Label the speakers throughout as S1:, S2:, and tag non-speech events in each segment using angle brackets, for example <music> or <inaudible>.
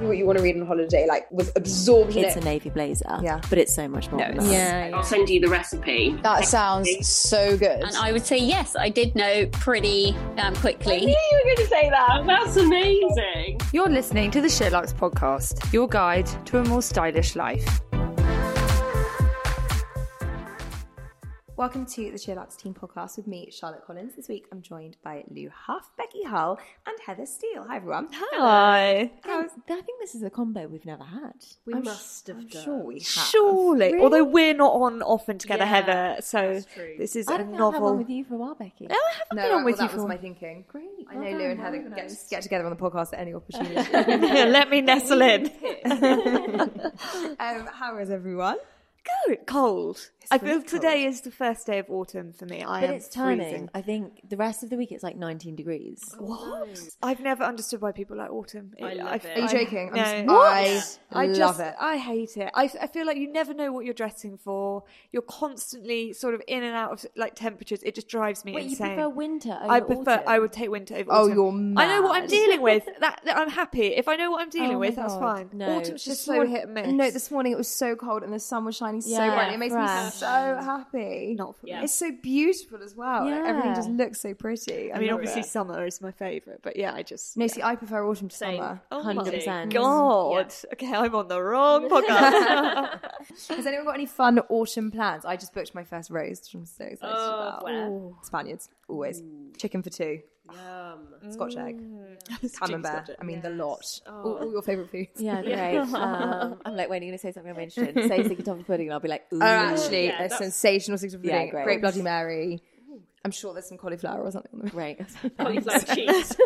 S1: what you want to read on holiday, like was absorbed in
S2: It's
S1: it.
S2: a navy blazer,
S3: Yeah.
S2: but it's so much more. than that.
S4: I'll send you the recipe.
S3: That sounds so good.
S5: And I would say yes, I did know pretty damn
S1: I
S5: quickly.
S1: knew you were going to say that.
S4: Oh, that's amazing.
S6: You're listening to the Sherlock's podcast, your guide to a more stylish life.
S7: Welcome to the Sherlock's Team podcast with me, Charlotte Collins. This week I'm joined by Lou Huff, Becky Hull, and Heather Steele. Hi, everyone.
S2: Hi.
S7: How's-
S2: I think this is a combo we've never had.
S7: We must have done. Sure, we have.
S2: Surely. Although we're not on often
S7: Yeah,
S2: together, Heather. So this is
S7: I
S2: a
S7: don't think
S2: novel.
S7: I've had one with
S2: you for a while, Becky.
S7: No, I haven't
S2: No,
S7: no,
S2: been on
S7: well,
S2: with you
S7: that
S2: for
S7: was
S2: a
S7: my
S2: while.
S7: thinking. Great. I
S2: well
S7: know
S2: done,
S7: Lou and
S2: well
S7: Heather get,
S2: organised.
S7: get together on the podcast at any
S2: <laughs>
S7: opportunity.
S2: Let me nestle <laughs> in.
S7: um, how is everyone?
S2: Good. Cold. I feel
S7: really cold.
S2: today is the first day of autumn for me. I
S8: But
S2: am
S8: it's turning.
S2: freezing.
S8: I think the rest of the week it's like 19 degrees.
S2: I've never understood why people like autumn. I
S3: it.
S2: love I,
S3: Are you joking? I'm s-
S2: no.
S3: What?
S2: I,
S3: I
S2: just,
S3: love it.
S2: I hate it. I, I feel like you never know what you're dressing for. You're constantly sort of in and out of like temperatures. It just drives me
S8: Wait, you
S2: insane.
S8: prefer winter
S2: I
S8: over
S2: prefer.
S8: autumn?
S2: I would take winter over.
S3: Oh,
S2: autumn.
S3: you're
S2: I know what I'm
S3: mad.
S2: dealing with. That, that I'm happy. If I know what I'm dealing
S8: Oh
S2: with,
S8: my
S2: that's
S8: God,
S2: fine.
S8: no.
S2: Autumn's just
S3: so
S2: so hit and miss.
S3: No, this morning it was so cold and the sun was shining so
S8: Yeah,
S3: bright. It makes me
S8: fresh.
S3: so happy.
S2: not for me.
S3: It's so beautiful as well.
S8: Yeah.
S3: Everything just looks so pretty.
S2: I mean,
S3: love
S2: obviously,
S3: it.
S2: summer is my favourite, but yeah, I just
S3: No, see, I prefer autumn to
S4: Same.
S8: <laughs>
S3: summer.
S2: Oh
S8: 100%.
S2: my god! Okay, I'm on the <laughs> wrong podcast.
S3: Has anyone got any fun autumn plans? I just booked my first roast, which I'm so excited about.
S4: where?
S3: Ooh. Spaniards, always. Chicken for two. Scotch egg. Camembert. I mean, the lot. All, all your favourite foods.
S8: Yeah, great. Um, I'm like, when are you going to say something I'm interested in? Say sticky toffee pudding, and I'll be
S2: <laughs>
S8: like, ooh.
S3: Oh, actually, a sensational six of
S8: Yeah,
S3: pudding.
S8: great.
S3: Great Bloody Mary. I'm sure there's some cauliflower or something on the
S8: Great.
S4: Cauliflower cheese.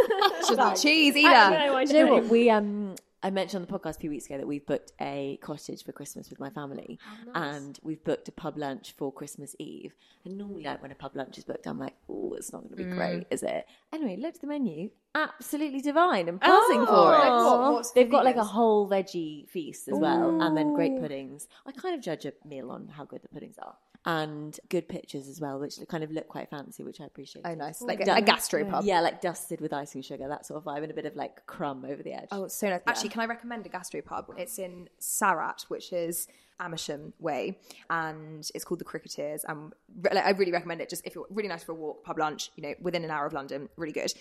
S3: Should be cheese
S4: I
S3: either.
S4: know, I
S8: Do you know
S4: know.
S8: what? We um I mentioned on the podcast a few weeks ago that we've booked a cottage for Christmas with my family, and we've booked a pub lunch for Christmas Eve. And normally, like when a pub lunch is booked, I'm like, oh, it's not going to be great, is it? Anyway, looked at the menu, absolutely divine, and buzzing for it.
S3: What- what's
S8: They've got like a
S3: convenient?
S8: whole veggie feast as well, and then great puddings. I kind of judge a meal on how good the puddings are. And good pictures as well, which kind of look quite fancy, which I appreciate.
S3: Oh, nice. Like a,
S8: Done.
S3: a gastropub.
S8: Yeah, like dusted with icing sugar, that sort of vibe, and a bit of like crumb over the edge.
S3: Oh, it's so nice. Actually, can I recommend a gastropub? It's in Sarat, which is Amersham Way, and it's called the Cricketers. And re- like, I really recommend it. Just if you're really nice for a walk, pub lunch, you know, within an hour of London, really good.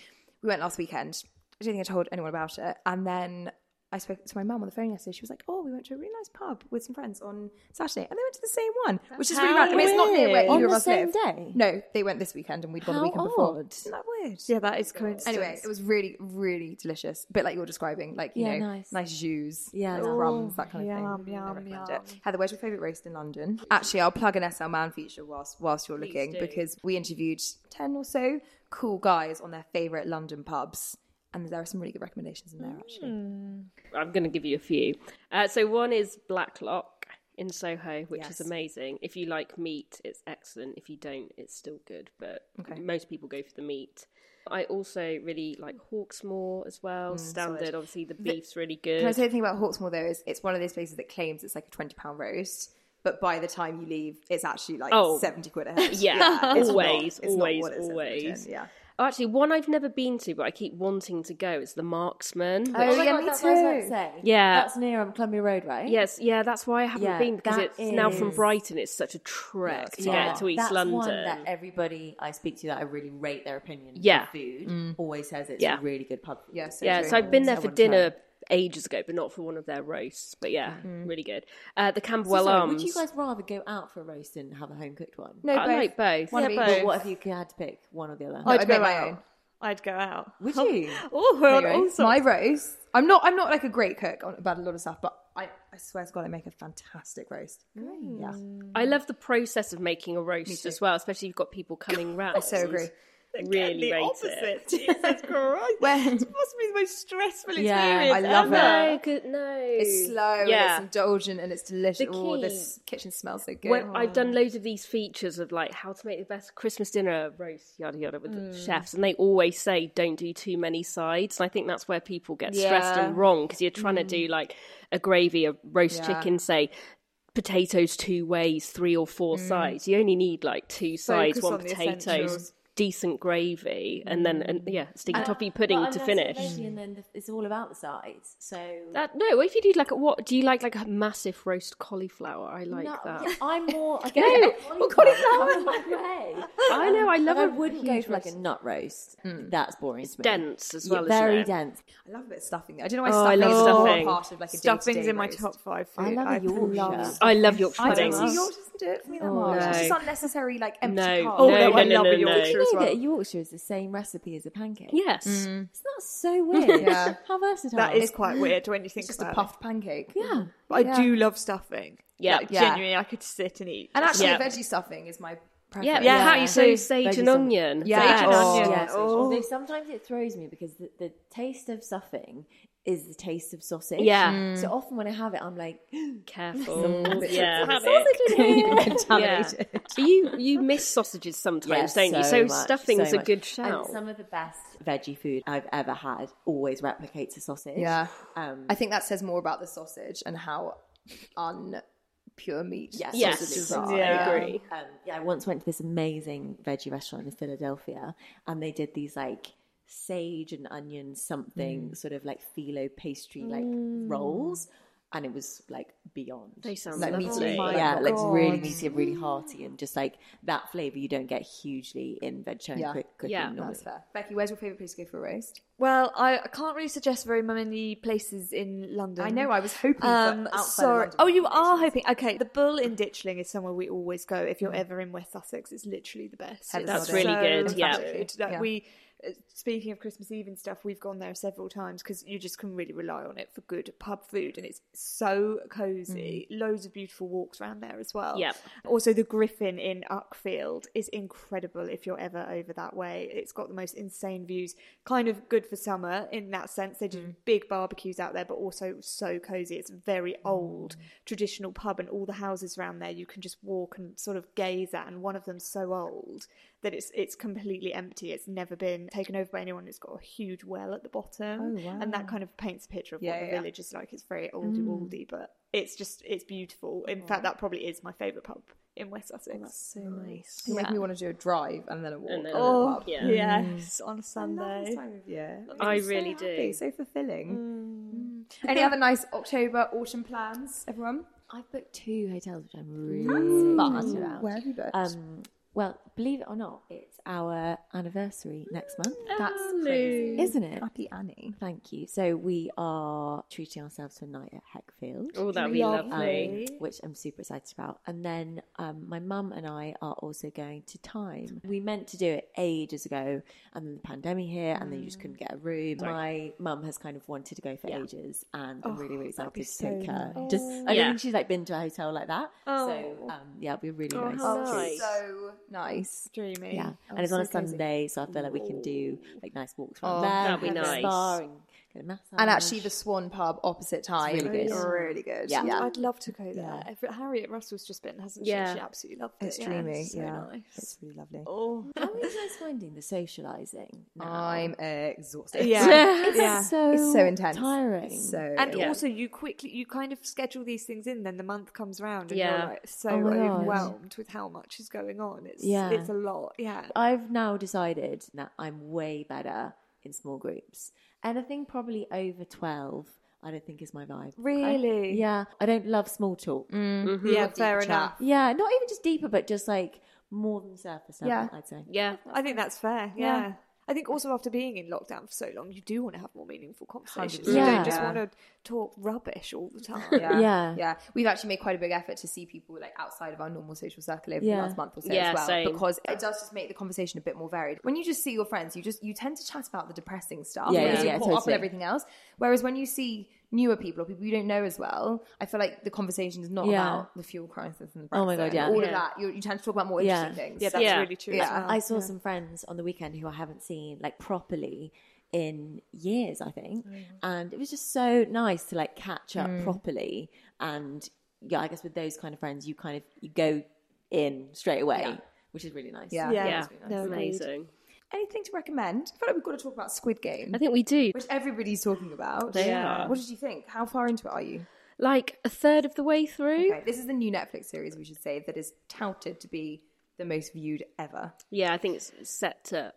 S3: We went last weekend. I don't think I told anyone about it. And then I spoke to my mum on the phone yesterday. She was like, "Oh, we went to a really nice pub with some friends on Saturday, and they went to the same one, which is really random. I mean, it's not near where
S8: On
S3: either of
S8: the
S3: us
S8: same
S3: live.
S8: day?
S3: No, they went this weekend, and we'd gone the
S8: How
S3: weekend before.
S8: odd.
S3: Isn't that weird?
S2: yeah, that is
S8: Oh
S2: coincidence.
S3: Anyway, it was really, really delicious. A bit like you're describing, like you
S8: Yeah,
S3: know,
S8: nice.
S3: nice, jus,
S8: Yeah,
S3: little
S8: nice.
S3: crumbs, that kind of
S2: yum,
S3: thing. I
S2: yum,
S3: recommend
S2: yum.
S3: it. Heather, where's your favourite roast in London? Actually, I'll plug an SL Man feature whilst whilst you're looking because we interviewed ten or so cool guys on their favourite London pubs, and there are some really good recommendations in there. Actually,
S4: <laughs> I'm going to give you a few. Uh, so one is Blacklock in Soho, which is amazing. If you like meat, it's excellent. If you don't, it's still good, but most people go for the meat. I also really like Hawksmoor as well. Standard, obviously the beef's really good.
S3: Mm, can I say the thing about Hawksmoor though? Is it's one of those places that claims it's like a twenty pound roast. But by the time you leave, it's actually like
S4: Oh.
S3: seventy quid a head.
S4: Yeah,
S3: it's not-
S4: always,
S3: it's not
S4: always,
S3: what it says in the tin,
S4: always.
S3: Yeah.
S4: Oh, actually, one I've never been to, but I keep wanting to go. It's the Marksman.
S3: Oh, yeah, me
S8: that's
S3: too.
S8: what I was about to say.
S4: Yeah.
S8: That's near um, Columbia Road, right?
S4: Yes, yeah, that's why I haven't
S8: Yeah,
S4: been because
S8: that
S4: it's now from
S8: is-
S4: Brighton. It's such a trek to
S8: Yeah.
S4: get to East
S8: That's
S4: London.
S8: one that everybody I speak to that I really rate their opinion on
S4: Yeah.
S8: food always says it's
S4: Yeah.
S8: a really good pub.
S3: Yeah, so
S4: yeah,
S3: true.
S4: so I've been there
S8: I
S4: for
S8: wanna try
S4: dinner
S8: it.
S4: ages ago, but not for one of their roasts. But yeah, really good. Uh, the
S8: Mm-hmm. So
S4: Camberwell
S8: sorry,
S4: Arms.
S8: Would you guys rather go out for a roast and have a home cooked one?
S3: No,
S4: I like both.
S3: One
S4: Yeah,
S3: of each.
S4: both.
S8: But what if you had to pick one or the other?
S3: No,
S2: I'd
S3: I'd
S2: go
S3: make my
S2: out.
S3: own.
S2: I'd go out.
S8: Would you?
S4: <laughs>
S2: Oh, well,
S3: Anyway,
S2: also,
S3: my roast. I'm not. I'm not like a great cook on- about a lot of stuff, but I, I swear to God, I make a fantastic roast. Yeah,
S4: I love the process of making a roast as well, especially if you've got people coming round.
S3: I so agree.
S4: really rate it.
S7: Jesus Christ. it must be the most stressful experience.
S3: I love
S8: Ah.
S4: No,
S3: it.
S4: good, no.
S3: It's slow
S4: Yeah.
S3: and it's indulgent and it's delicious.
S4: The
S3: Oh,
S4: key-
S3: this kitchen smells so good.
S4: When I've done loads of these features of like how to make the best Christmas dinner, roast, yada yada, with
S3: Mm.
S4: chefs, and they always say don't do too many sides. And I think that's where people get stressed
S3: Yeah. Mm.
S4: and wrong because you're trying to do like a gravy, a roast
S3: Yeah.
S4: chicken, say potatoes two ways, three or four sides. You only need like two sides,
S3: Mm. Focus
S4: one
S3: on the
S4: potato,
S3: essentials. Mm. Uh,
S4: decent gravy, and then and yeah, sticky toffee pudding to finish.
S8: And then the, it's all about the sides. So
S4: That no, what if you do like a, what do you like like a massive roast cauliflower? I like
S8: No,
S4: that.
S8: I'm
S4: <laughs>
S8: more. I
S4: what
S8: I'm like, way.
S4: I know, I love
S8: I
S4: a
S8: wouldn't go
S4: huge
S8: for like a
S4: roast. Hmm.
S8: nut roast. That's boring. It's
S4: dense as well, isn't
S8: very
S4: it?
S8: dense.
S3: I love a bit of stuffing. though. I don't know why
S4: Oh, I
S3: stuffing
S4: love
S3: is a core
S4: stuffing.
S3: part of like a
S2: Stuffing's
S3: day-to-day
S2: in my
S3: roast.
S2: top five food.
S8: I love a Yorkshire.
S4: I love Yorkshire
S3: I don't
S4: puddings.
S3: see Yorkshire Oh, doesn't do it for me that much. It's
S4: no.
S3: just unnecessary, like empty
S4: No, Oh,
S3: carbs.
S4: no,
S2: no,
S4: no,
S2: I
S4: no,
S2: love
S4: no,
S2: a
S4: no.
S2: Yorkshire as
S8: Funny
S2: well.
S8: that Yorkshire is the same recipe as a pancake.
S4: Yes.
S8: It's not
S4: <laughs>
S8: so weird.
S3: Yeah.
S8: How versatile.
S2: That is quite weird when you think
S3: It's just
S2: about
S3: a puffed pancake.
S8: it. Yeah.
S2: it. But I do love stuffing.
S4: Yeah.
S2: Like,
S3: Yeah.
S2: genuinely, I could sit and eat.
S3: And actually,
S4: Yeah.
S3: veggie stuffing is my preference.
S4: Yeah,
S2: Yeah.
S4: how you say sage
S8: Veggie
S4: and
S8: salad.
S4: onion.
S2: Yeah.
S4: Sage and
S2: Oh.
S4: onion.
S8: Yeah.
S2: Oh.
S8: Although sometimes it throws me because the, the taste of stuffing is the taste of sausage.
S4: Yeah.
S2: Hmm.
S4: Mm.
S8: So often when I have it, I'm like,
S4: <laughs> Careful. yeah.
S8: sausage in here.
S4: Yeah. But you you miss sausages sometimes, don't you? So,
S8: much,
S4: stuffing's
S8: so
S4: a
S8: much.
S4: good
S8: And
S4: shout.
S8: some of the best veggie food I've ever had always replicates a sausage.
S3: Yeah.
S8: Um,
S3: I think that says more about the sausage and how unpure meat
S8: Yes.
S4: yes,
S3: sausages
S4: I
S3: are.
S4: agree.
S8: um, yeah, I once went to this amazing veggie restaurant in Philadelphia, and they did these like sage and onion something sort of like phyllo pastry like rolls, and it was like beyond.
S4: They sound
S3: Like meaty
S4: lovely.
S3: pie.
S8: yeah, like really meaty, and really hearty, and just like that flavor you don't get hugely in vegetarian
S3: Yeah.
S8: quick cooking.
S4: Yeah.
S8: normally.
S3: That's fair. Becky, where's your favourite place to go for a roast?
S2: Well, I, I can't really suggest very many places in London.
S3: I know, I was hoping for outside of
S2: sorry.
S3: London
S2: Oh, you are hoping. Okay, the Bull in Ditchling is somewhere we always go if you're ever in West Sussex. It's literally the best.
S3: Heather's
S2: It's
S3: got it.
S4: That's really good, yeah.
S2: good. Like,
S3: Yeah.
S2: We, uh, speaking of Christmas Eve and stuff, we've gone there several times because you just can really rely on it for good pub food, and it's so cozy. Loads of beautiful walks around there as well.
S4: Yep.
S2: Also, the Griffin in Uckfield is incredible if you're ever over that way. It's got the most insane views, kind of good for summer in that sense. They
S3: Mm.
S2: do big barbecues out there, but also so cozy. It's a very
S3: Mm.
S2: old traditional pub, and all the houses around there you can just walk and sort of gaze at. And one of them's so old that it's it's completely empty. It's never been taken over by anyone. It's got a huge well at the bottom, and that kind of paints a picture of
S3: Oh, Yeah,
S2: what the
S3: yeah, yeah.
S2: village is like. It's very oldy woldy, but it's just it's beautiful. In fact, that probably is my favourite pub in West Sussex.
S3: So nice. You make me want to do a drive and then a walk.
S4: And then a
S3: oh,
S4: walk. Yeah.
S2: yes, on a
S3: this
S2: Sunday.
S3: time of year.
S4: I
S3: I'm so
S4: really
S3: happy,
S4: do.
S3: So fulfilling. Mm. Any other nice October autumn plans, everyone?
S8: I've booked two hotels, which I'm really buzzed about.
S3: Where have you booked?
S8: Um, well, believe it or not, it's our anniversary next month,
S3: That's crazy.
S8: isn't it?
S3: Happy Annie.
S8: Thank you. So we are treating ourselves to a night at Heckfield,
S4: Oh, that'd be lovely.
S8: um, which I'm super excited about. And then um, my mum and I are also going to Time. We meant to do it ages ago, and then the pandemic hit, and then you just couldn't get a room. My mum has kind of wanted to go for ages, and I'm really, really
S4: Oh,
S8: excited to take her. Just I
S4: Yeah. Oh.
S8: don't think she's like been to a hotel like that. So um, yeah, it'll be really nice.
S4: how
S8: to-
S4: nice.
S3: So nice.
S2: Dreamy.
S8: yeah, and it's on a Sunday, so I feel like we can do like nice walks around there.
S4: that'd be
S8: have a
S4: nice.
S8: spa and get a massage.
S3: And actually, the Swan Pub opposite time
S8: really good.
S3: is really good.
S8: Yeah.
S2: I'd love to go there. If Harriet Russell's just been, hasn't she?
S4: Yeah.
S2: She absolutely loved it.
S3: It's
S2: yeah,
S3: dreamy.
S2: so
S3: yeah,
S2: nice.
S3: it's really lovely.
S2: Oh,
S8: How are you guys finding the socialising? now?
S3: I'm exhausted.
S2: <laughs> yeah.
S8: <laughs> It's so
S3: it's so intense.
S8: tiring.
S3: It's <laughs> so
S2: And
S4: Yeah.
S2: also, you quickly you kind of schedule these things in. Then the month comes round, and
S4: Yeah.
S2: you're like so
S8: Oh my God.
S2: overwhelmed with how much is going on. It's
S8: Yeah.
S2: it's a lot. Yeah,
S8: I've now decided that I'm way better in small groups. Anything probably over twelve, I don't think is my vibe.
S2: really.
S8: Yeah, I don't love small talk.
S2: yeah. Fair enough.
S8: Yeah, not even just deeper, but just like more than surface level. I'd say.
S4: Yeah.
S2: I think that's fair. Yeah. I think also after being in lockdown for so long, you do want to have more meaningful conversations. You
S8: Yeah.
S2: don't just
S3: Yeah.
S2: want to talk rubbish all the time.
S3: yeah.
S8: Yeah.
S3: yeah. We've actually made quite a big effort to see people like outside of our normal social circle over
S8: Yeah.
S3: the last month or so
S4: Yeah,
S3: as well,
S4: same.
S3: because it does just make the conversation a bit more varied. When you just see your friends, you just you tend to chat about the depressing stuff
S8: Yeah,
S3: because
S8: yeah,
S3: you
S8: yeah,
S3: caught up on
S8: totally.
S3: everything else. Whereas when you see newer people or people you don't know as well, I feel like the conversation is not
S8: Yeah.
S3: about the fuel crisis and the Brexit.
S8: Oh my God, yeah.
S3: and all of
S8: Yeah.
S3: that. You, you tend to talk about more
S8: Yeah.
S3: interesting things.
S2: Yeah, that's
S4: Yeah.
S2: really true.
S3: Yeah.
S2: As well.
S8: I saw some friends on the weekend who I haven't seen like properly in years, I think,
S4: Mm.
S8: and it was just so nice to like catch up properly. And yeah, I guess with those kind of friends, you kind of you go in straight away, which is really nice.
S3: Yeah.
S2: Yeah,
S4: Yeah,
S2: No, agreed.
S4: amazing.
S3: Anything to recommend? I feel like we've got to talk about Squid Game,
S4: I think we do.
S3: which everybody's talking about.
S4: They Yeah. are.
S3: What did you think? How far into it are you?
S4: Like a third of the way through.
S3: Okay, this is the new Netflix series, we should say, that is touted to be the most viewed ever.
S4: Yeah, I think it's set to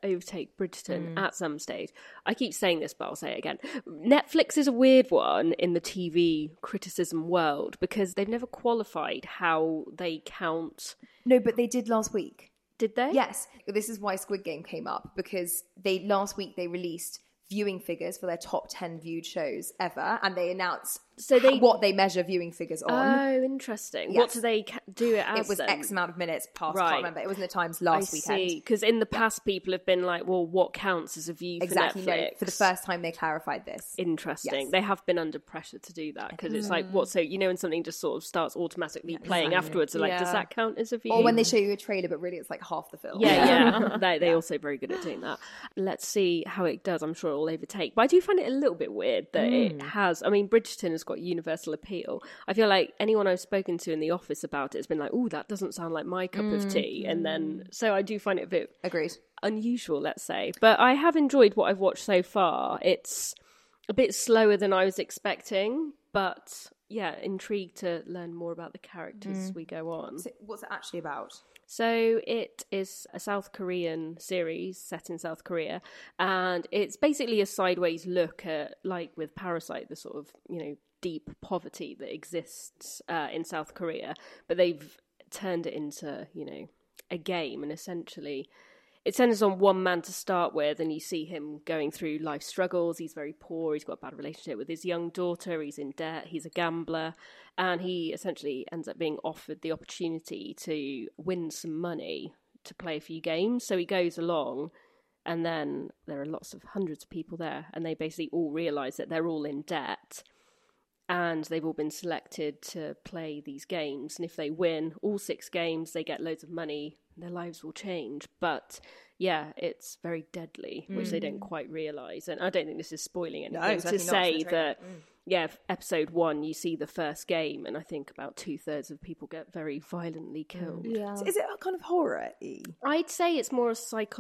S3: Mm.
S4: overtake Bridgerton at some stage. I keep saying this, but I'll say it again. Netflix is a weird one in the TV criticism world because they've never qualified how they count.
S3: No, but they did last week.
S4: Did they?
S3: Yes, this is why Squid Game came up because they last week they released viewing figures for their top 10 viewed shows ever and they announced
S4: So they-
S3: ho- what they measure viewing figures on.
S4: Oh, interesting. What
S3: Yes.
S4: do they ca- do it as?
S3: it was
S4: then?
S3: X amount of minutes past,
S4: Right.
S3: can't remember. It was in the Times last
S4: I
S3: weekend.
S4: see. Because in the past, people have been like, "Well, what counts as a view
S3: Exactly.
S4: for Netflix?"
S3: No, for the first time they clarified this.
S4: interesting.
S3: Yes. Mm.
S4: They have been under pressure to do that because it's like, what? So you know, when something just sort of starts automatically playing afterwards, they're like, does
S3: Yeah.
S4: that count as a view?
S3: or when they show you a trailer, but really it's like half the film.
S4: yeah, <laughs> yeah. they they also very good at doing that. Let's see how it does. I'm sure it will overtake. But I do find it a little bit weird that it has. I mean, Bridgerton has got universal appeal. I feel like anyone I've spoken to in the office about it has been like, "Oh, that doesn't sound like my cup of tea." And then, so I do find it a bit
S3: Agreed.
S4: unusual, let's say. But I have enjoyed what I've watched so far. It's a bit slower than I was expecting, but yeah, intrigued to learn more about the characters as we go on.
S3: So what's it actually about?
S4: So it is a South Korean series set in South Korea, and it's basically a sideways look at, like with Parasite, the sort of you know deep poverty that exists uh, in South Korea, but they've turned it into you know a game, and essentially it centers on one man to start with, and you see him going through life struggles. He's very poor. He's got a bad relationship with his young daughter. He's in debt. He's a gambler. And he essentially ends up being offered the opportunity to win some money to play a few games. So he goes along, and then there are lots of hundreds of people there, and they basically all realize that they're all in debt and they've all been selected to play these games. And if they win all six games, they get loads of money. Their lives will change. But yeah, it's very deadly, which they don't quite realise. And I don't think this is spoiling anything to
S3: certainly Mm. not, it's in
S4: say
S3: the Mm. trailer.
S4: that. Yeah, f- episode one, you see the first game, and I think about two thirds of people get very
S3: Mm.
S4: violently killed.
S3: So is it a kind of horror
S4: I'd say it's more a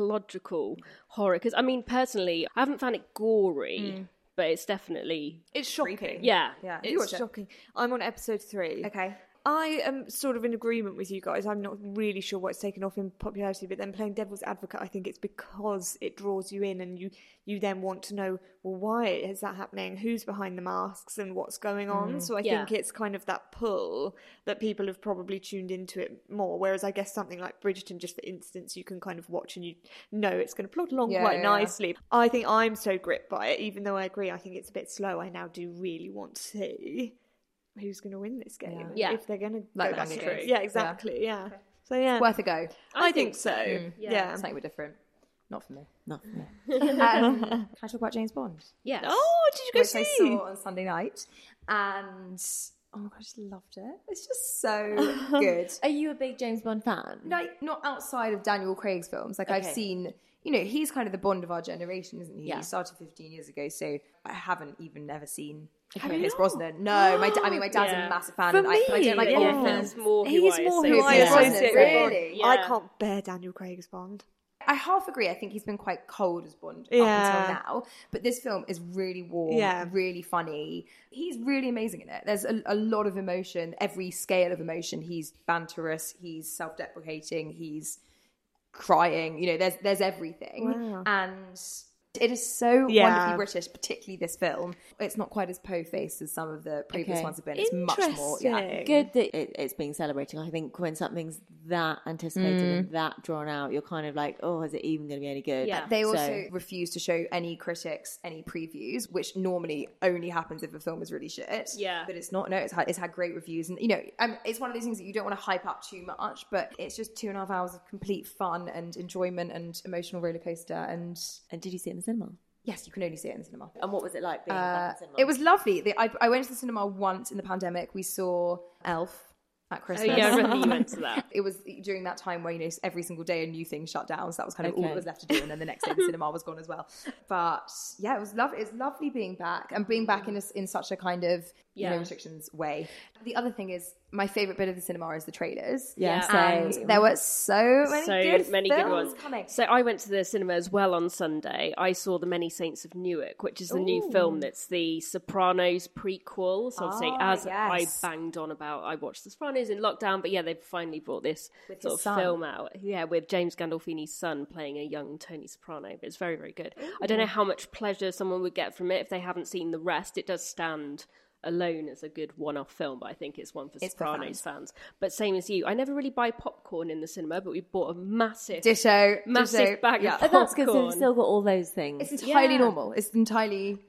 S4: psychological horror because I mean, personally, I haven't found it gory, but it's definitely
S2: It's shocking.
S4: yeah,
S3: Mm. Yeah. Have you
S2: It's
S3: watched it?
S2: shocking. I'm on episode three.
S3: Okay.
S2: I am sort of in agreement with you guys. I'm not really sure what's taken off in popularity, but then playing devil's advocate, I think it's because it draws you in and you you then want to know, well, why is that happening? Who's behind the masks and what's going
S3: Mm,
S2: on? So I
S4: Yeah.
S2: think it's kind of that pull that people have probably tuned into it more. Whereas I guess something like Bridgerton, just for instance, you can kind of watch and you know it's going to plod along
S3: Yeah,
S2: quite
S3: yeah, yeah.
S2: nicely. I think I'm so gripped by it, even though I agree, I think it's a bit slow. I now do really want to see who's going to win this game and
S4: Yeah.
S2: if they're going to
S3: Like
S2: go back
S3: Hunger
S2: to
S3: Games.
S2: it. Yeah, exactly. Yeah. So yeah,
S3: Worth a go.
S2: I, think, so. Yeah.
S3: It's something we're different. Not
S2: <laughs>
S3: for me.
S8: Not for me.
S3: um, can I talk about James Bond?
S4: Yes.
S2: Oh, did you go
S3: Which I
S2: see?
S3: saw on Sunday night, and oh my gosh, loved it. It's just
S2: <laughs>
S3: so good.
S8: Are you a big James Bond fan?
S3: Like not outside of Daniel Craig's films. Like I've seen, you know, he's kind of the Bond of our generation, isn't he?
S8: Yeah.
S3: He started 15 years ago, so I haven't even never seen. Pierce Brosnan. No, my da- I mean
S2: <gasps>
S3: my dad's
S4: Yeah.
S3: a massive fan, and I, I don't like
S4: yeah,
S3: old films.
S4: he's more who
S2: He's
S4: I
S2: more
S4: associate
S2: who I
S3: with Bond.
S2: associate with Bond.
S3: Really?
S4: Yeah.
S2: I can't bear Daniel Craig's Bond.
S3: I half agree. I think he's been quite cold as Bond up
S2: Yeah.
S3: until now, but this film is really warm,
S2: Yeah.
S3: really funny. He's really amazing in it. There's a, a lot of emotion, every scale of emotion. He's banterous, he's self-deprecating, he's crying. You know, there's there's everything, and it is so
S2: Yeah.
S3: wonderfully British, particularly this film. It's not quite as po-faced as some of the previous
S8: Okay.
S3: ones have been. It's much more, yeah.
S2: Interesting.
S8: Good that it, it's being celebrated. I think when something's that anticipated and that drawn out, you're kind of like, oh, is it even going to be any good?
S4: Mm. Yeah.
S3: They
S8: So-
S3: also refuse to show any critics any previews, which normally only happens if a film is really shit.
S4: Yeah.
S3: but it's not. No, it's had it's had great reviews, and you know, um, it's one of those things that you don't want to hype up too much. But it's just two and a half hours of complete fun and enjoyment and emotional roller coaster. And
S8: And did you see it in the cinema?
S3: Yes, you can only see it in the cinema.
S4: Oh.
S8: And what was Uh, it like being back in cinema?
S3: It was lovely. The, I, I went to the cinema once in the pandemic. We saw Elf at Christmas.
S4: Oh, yeah, I remember you went to that.
S3: It was during that time where you know every single day a new thing shut down, so that was kind of all
S8: Okay.
S3: that was left to do. And then the next
S4: <laughs>
S3: day the cinema was gone as well. But yeah, it was lovely. It's lovely being back and being back in a s in such a kind of you
S4: Yeah.
S3: know restrictions way. The other thing is my favorite bit of the cinema is the trailers.
S8: Yeah,
S3: and
S8: same.
S3: there were so many
S4: so
S3: good
S4: many
S3: films
S4: good ones.
S3: coming.
S4: So I went to the cinema as well on Sunday. I saw The Many Saints of Newark, which is the new film that's the Sopranos prequel. So obviously, as
S3: Ah, yes.
S4: I banged on about, I watched The Sopranos in lockdown, but yeah, they've finally brought this sort of
S3: son.
S4: film out. Yeah, with James Gandolfini's son playing a young Tony Soprano. But it's very, very good. I don't know how much pleasure someone would get from it if they haven't seen the rest. It does stand alone as a good one-off film, but I think it's one for Sopranos fans. But same as you, I never really buy popcorn in the cinema, but we bought a massive
S3: Ditto,
S4: massive
S3: ditto.
S4: bag
S3: Yeah.
S4: of
S8: Oh,
S4: popcorn.
S8: that's good. So they've still got all those things.
S3: It's entirely
S4: Yeah.
S3: normal. It's entirely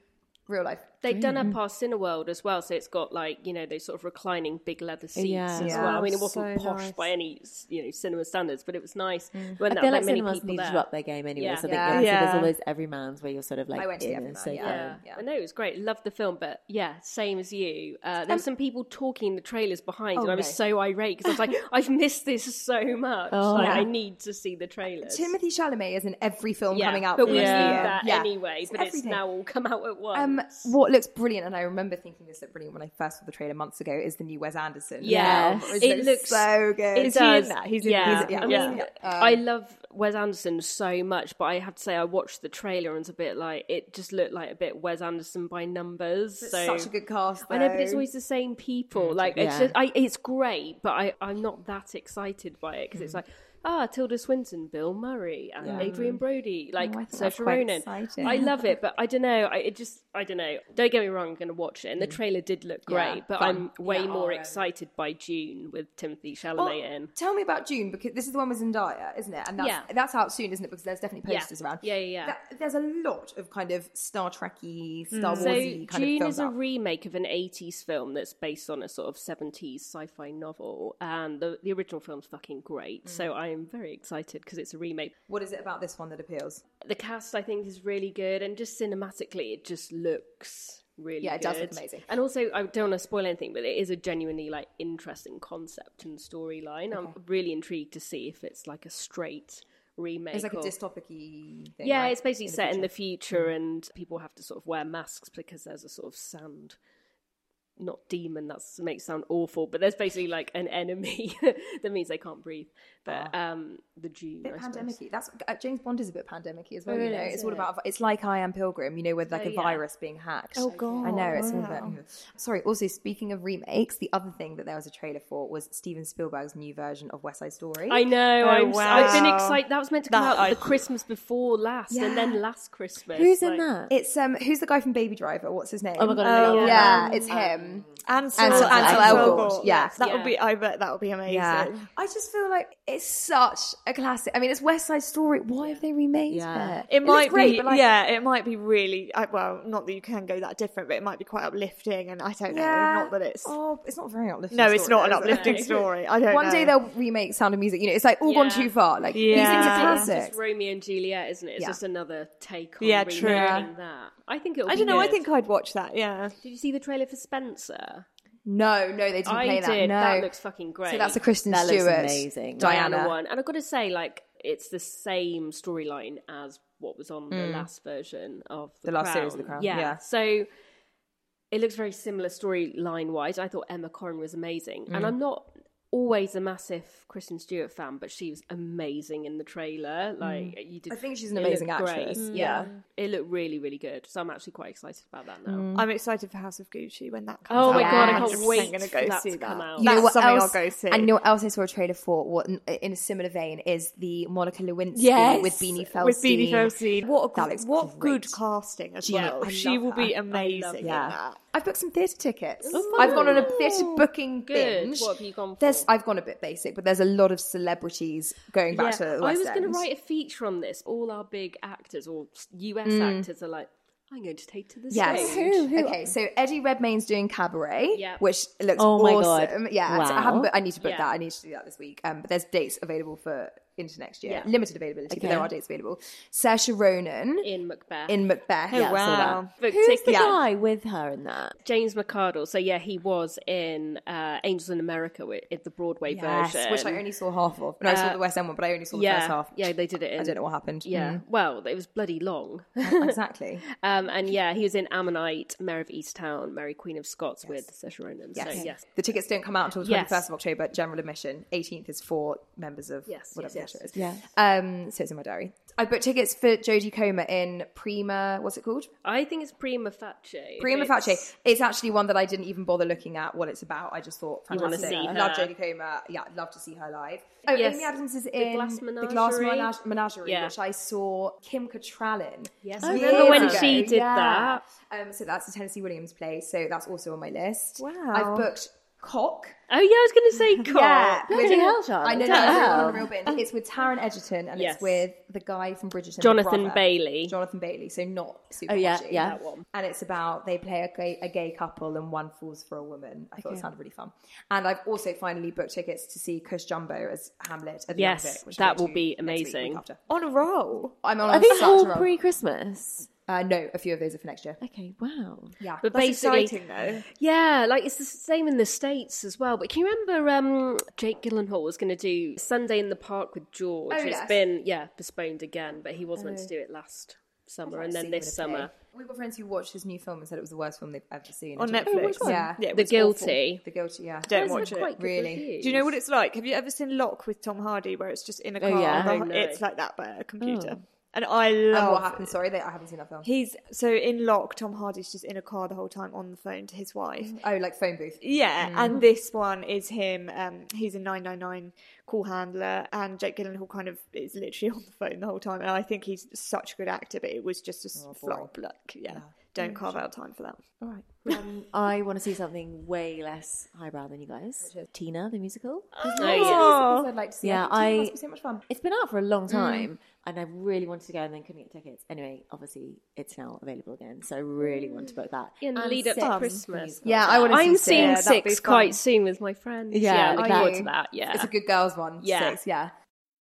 S3: real life.
S4: They've done up our Cineworld as well, so it's got like you know those sort of reclining big leather seats
S8: Yeah.
S4: as
S8: Yeah.
S4: well. I mean, it
S3: So
S4: wasn't posh
S3: nice. Mm.
S4: by any you know cinema standards, but it was nice. When
S8: I
S4: that
S8: feel
S4: that
S8: like
S4: many
S8: cinemas
S4: people
S8: need
S4: there.
S8: to up their game anyway.
S4: Yeah.
S8: So I think,
S3: Yeah.
S8: yeah, So
S2: Yeah.
S8: there's all those everymans where you're sort of like
S3: I went to the
S8: in and
S3: Everyman,
S8: so
S3: yeah.
S8: far.
S3: Yeah.
S4: I know it was great. Loved the film, but yeah, same as you. Uh,
S3: Um,
S4: there were some people talking the trailers behind, and I was so irate because I was
S3: <laughs>
S4: like, I've missed this so much. like, I need to see the trailers.
S3: Oh, Timothy Chalamet is in every film
S4: yeah,
S3: coming out.
S4: but
S3: for
S4: we
S3: the
S4: knew
S3: rest of the year.
S4: that
S3: Yeah.
S4: anyway. But it's
S3: everything.
S4: now all come out at once.
S3: Um, what looks brilliant, and I remember thinking this looked brilliant when I first saw the trailer months ago, is the new Wes Anderson.
S4: Yeah,
S3: film, which
S4: it looks
S3: so good.
S4: It
S3: Is he in
S4: does.
S3: that? He's in-
S4: yeah.
S3: he's in- yeah,
S4: I
S3: yeah. Um,
S4: mean,
S3: Yeah.
S4: I love Wes Anderson so much, but I have to say, I watched the trailer and it's a bit like it just looked like a bit Wes Anderson by numbers. so.
S3: Such a good cast.
S4: I know, but it's
S3: though.
S4: always the same people. Like it's
S8: Yeah.
S4: just, I, it's great, but I, I'm not that excited by it because it's like, ah, Tilda Swinton, Bill Murray, and Adrian Brody, like
S3: Mm. Oh, I thought that's
S4: Saoirse
S3: quite
S4: Ronan.
S3: exciting.
S4: I
S3: <laughs>
S4: love it, but I don't know. I, it just, I don't know. Don't get me wrong, I'm going to watch it, and the trailer did look great, but I'm way more excited by June with Timothy Chalamet
S3: Well,
S4: in.
S3: Tell me about June because this is the one with Zendaya, isn't it? And that's,
S4: Yeah.
S3: that's out soon, isn't it? Because there's definitely
S4: Yeah.
S3: posters around.
S4: Yeah, yeah, yeah. Mm.
S3: That- there's a lot of kind of Star Trekky, Star
S4: So
S3: Warsy kind of
S4: June
S3: films
S4: is a
S3: out.
S4: remake of an 80s film that's based on a sort of 70s sci-fi novel, and the, the original film's fucking great. So I am very excited because it's a remake.
S3: What is it about this one that appeals?
S4: The cast I think is really good, and just cinematically, it just looks really
S3: Yeah, it does look
S4: good.
S3: amazing.
S4: And also, I don't want to spoil anything, but it is a genuinely like interesting concept and storyline. I'm really intrigued to see if it's like a straight remake.
S3: It's like a
S4: or-
S3: dystopic thing.
S4: yeah,
S3: right?
S4: it's basically set in the future,
S3: Mm.
S4: and people have to sort of wear masks because there's a sort of sand, not demon. That makes it sound awful, but there's basically like an enemy <laughs> that means they can't breathe. But
S3: Ah.
S4: um, the June,
S3: bit
S4: I suppose.
S3: pandemicy. That's uh, James Bond is a bit pandemicy as well. you know, it's all about. It's like I Am Pilgrim. You know, with like a virus being hacked. Oh god, I know. It's all about. Sorry. Also, speaking of remakes, the other thing that there was a trailer for was Steven Spielberg's new version of West Side Story.
S4: I know. I'm, s- I've been
S2: Oh, wow.
S4: excited. That was meant to come
S2: That
S4: out
S2: I-
S4: the Christmas before last, and then last Christmas.
S8: Who's in
S4: like-
S8: that?
S3: It's um, who's the guy from Baby Driver? What's his name? Um,
S8: Oh my God, I love
S3: yeah, it's him.
S2: Ansel,
S3: Ansel-
S2: Ansel,
S3: Ansel
S2: Elgort.
S3: Elgort, yeah.
S2: Yes, that would be. I bet that would be amazing.
S3: Yeah, Uh, I just feel like it's such a classic. I mean, it's West Side Story. Why have they remade
S8: Yeah.
S3: it?
S2: It
S3: looks
S2: might
S3: great,
S2: be,
S3: but, like,
S2: yeah. It might be really I- well. Not that you can go that different, but it might be quite uplifting. And I don't know. Not that it's.
S3: Oh, it's not very uplifting.
S2: no, it's
S3: story,
S2: not an
S3: though, is it?
S2: uplifting story. I don't.
S3: One
S2: know.
S3: day they'll remake Sound of Music. You know, it's like all gone
S4: Yeah.
S3: too far. Like these
S2: Yeah.
S3: things are
S4: It's
S3: classics.
S4: just Romeo and Juliet, isn't it? It's
S3: Yeah.
S4: just another take on
S2: Yeah,
S4: remaking
S2: true.
S4: that. I think it'll.
S2: I
S4: be
S2: don't know. I
S4: good.
S2: think I'd watch that. Yeah.
S4: Did you see the trailer for Spencer?
S3: No, no, they didn't
S4: I
S3: play
S4: did.
S3: that. No,
S4: looks fucking great.
S3: so that's a Kristen
S8: That looks
S3: Stewart,
S8: amazing.
S3: Diana.
S4: one, and I've got to say, like, it's the same storyline as what was on the last version of the,
S3: Mm. The last series of The Crown, yeah.
S4: So it looks very similar storyline wise. I thought Emma Corrin was amazing,
S3: Mm.
S4: and I'm not always a massive Kristen Stewart fan, but she was amazing in the trailer. Like, you did.
S3: Mm. I think she's an
S4: it looked
S3: amazing
S4: great. Mm.
S3: actress.
S4: Yeah. it looked really, really good. So I'm actually quite excited about that now.
S3: Mm.
S2: I'm excited for House of Gucci when that comes
S4: Oh
S2: out.
S4: my god, I
S2: I'm
S4: can't
S2: 100%
S4: wait
S2: gonna
S4: for that
S2: see
S4: to come
S2: that.
S4: out.
S3: You know
S2: That's
S3: what
S2: something
S3: else-
S2: I'll go see.
S3: And you know what else I saw a trailer for? What in a similar vein is the Monica Lewinsky
S8: Yes.
S3: with Beanie Feldstein.
S2: with Beanie Feldstein. What
S3: That
S2: a gr-
S3: looks
S2: what
S3: great.
S2: good casting as
S3: Genius.
S2: well.
S3: I
S2: She
S3: love
S2: will be
S3: her.
S2: amazing in
S3: Yeah.
S2: that.
S3: I've booked some theatre tickets. I've gone on a theatre booking
S4: Good.
S3: binge.
S4: What have you gone
S3: There's,
S4: for?
S3: I've gone a bit basic, but there's a lot of celebrities going back to the
S4: I
S3: West
S4: was going to
S3: End.
S4: write a feature on this. All our big actors or US actors are like, I'm going to take to the
S3: Mm. Yes.
S4: stage.
S3: Okay, so Eddie Redmayne's doing Cabaret,
S4: Yeah.
S3: which looks
S8: Oh my God.
S3: awesome. Yeah, so I
S8: Wow.
S3: haven't. But I need to book
S4: Yeah.
S3: that. I need to do that this week. Um, but there's dates available for into next year.
S4: Yeah.
S3: Limited availability, but there
S8: Okay.
S3: are dates available. Saoirse Ronan
S4: in Macbeth.
S3: in Macbeth.
S8: Yeah, I saw that.
S4: Book
S8: Who's
S4: ticket.
S8: the guy with her in that?
S4: James McArdle. So yeah, he was in uh, Angels in America wi- in the Broadway
S3: Yes,
S4: version,
S3: which I only saw half of. No, I saw
S4: Uh,
S3: the West End one, but I only saw the
S4: yeah,
S3: first half.
S4: yeah, they did it. In,
S3: I don't know Mm-hmm. what happened.
S4: Yeah, well, it was
S3: <laughs>
S4: bloody long.
S3: Mm.
S4: <laughs>
S3: exactly.
S4: Um, and yeah, he was in Ammonite, Mare of Easttown, Mary Queen of Scots with Saoirse Ronan.
S3: Yes.
S4: So yes,
S3: The tickets don't come out until the
S4: Yes.
S3: 21st of October, general admission. 18th is for members of
S4: Yes,
S3: whatever
S4: yes,
S3: the
S4: yes.
S3: show is. Yeah. Um, so it's in my diary. I booked tickets for Jodie Comer in Prima, what's it called?
S4: I think it's Prima Facie.
S3: Prima
S4: It's-
S3: Facie. It's actually one that I didn't even bother looking at what it's about. I just thought,
S4: You wanna
S3: fantastic.
S4: see her.
S3: Love Jodie Comer. Yeah, love to see her live. Oh,
S4: Yes.
S3: Amy Adams is
S4: The
S3: in
S4: Glass
S3: The Glass
S4: Menagerie.
S3: Menage- Menagerie,
S4: Yeah.
S3: which I saw Kim Cattrall in.
S4: Yes,
S3: years
S4: remember when
S3: ago.
S4: she did
S3: Yeah.
S4: that?
S3: Um, so that's the Tennessee Williams play. So that's also on my list.
S2: Wow.
S3: I've booked Cock.
S4: Oh yeah, I was going to
S3: <laughs>
S4: say cop.
S3: with-
S8: Bloody hell, Charlotte.
S3: I know
S8: Bloody
S3: that's
S8: hell.
S3: on a real bit.
S8: Oh.
S3: It's with Taron Egerton and
S4: Yes.
S3: it's with the guy from Bridgerton, the
S4: Jonathan
S3: brother.
S4: Bailey.
S3: Jonathan Bailey. So not super.
S8: Oh, yeah,
S3: Hodgie.
S8: yeah. That
S3: And it's about they play a gay, a gay couple and one falls for a woman. I thought it sounded really fun. And I've also finally booked tickets to see Cush Jumbo as Hamlet at the
S4: Yes,
S3: Olympic, which
S4: that
S3: I'm going
S4: will
S3: to
S4: be
S3: next week, week
S4: amazing.
S3: after.
S8: Oh,
S2: On a roll.
S3: I'm on
S8: Are these
S3: such
S8: all
S3: a roll.
S8: pre-Christmas?
S3: uh, no, a few of those are for next year.
S8: Okay, wow.
S3: Yeah,
S4: But
S2: That's
S4: basically,
S2: exciting though.
S4: yeah, like it's the same in the states as well. But can you remember um, Jake Gyllenhaal was going to do Sunday in the Park with George?
S3: Oh,
S4: It's
S3: yes.
S4: been yeah postponed again, but he was meant to do it last summer and then this summer.
S3: We've got friends who watched his new film and said it was the worst film they've ever seen.
S2: On
S3: I don't know.
S4: Oh,
S2: Netflix.
S3: Yeah.
S2: Yeah, it
S4: The
S2: was awful.
S4: Guilty.
S3: The Guilty, yeah.
S2: Don't
S4: Those are
S2: watch it.
S4: quite good
S3: Really?
S4: reviews.
S2: Do you know what it's like? Have you ever seen Lock with Tom Hardy, where it's just in a car?
S8: yeah.
S2: and
S4: Oh,
S2: the-
S4: no.
S2: It's like that, but a computer. And I love
S3: Oh, what happened? Sorry, they, I haven't seen that film.
S2: He's so in Lock. Tom Hardy's just in a car the whole time on the phone to his wife.
S3: Oh, like phone booth.
S2: Yeah, and this one is him. Um, he's a 999 call handler, and Jake Gyllenhaal kind of is literally <laughs> on the phone the whole time. And I think he's such a good actor, but it was just a s- flop. Like, Oh, yeah, Mm. don't carve out time for that.
S8: Um, I want to see something way less highbrow than you guys. Tina, the musical.
S4: Oh, yeah.
S3: Musicals I'd like to see.
S8: Yeah,
S3: I. think it
S8: I-
S3: must be so much fun.
S8: It's been out for a
S4: Mm.
S8: long time, and I really wanted to go and then couldn't get tickets. Anyway, obviously it's now available again, so I really want to book that.
S4: In the
S8: And
S4: lead up
S8: Six
S4: to Christmas.
S3: Yeah, I want to.
S4: I'm
S3: see
S4: seeing
S3: Six. That'd be
S4: six
S3: fun.
S4: quite soon with my friends.
S8: Yeah,
S4: Yeah, I'm looking
S3: Are
S4: forward
S3: you?
S4: to that. Yeah,
S3: It's a good girls one.
S4: Yeah.
S3: Six, yeah.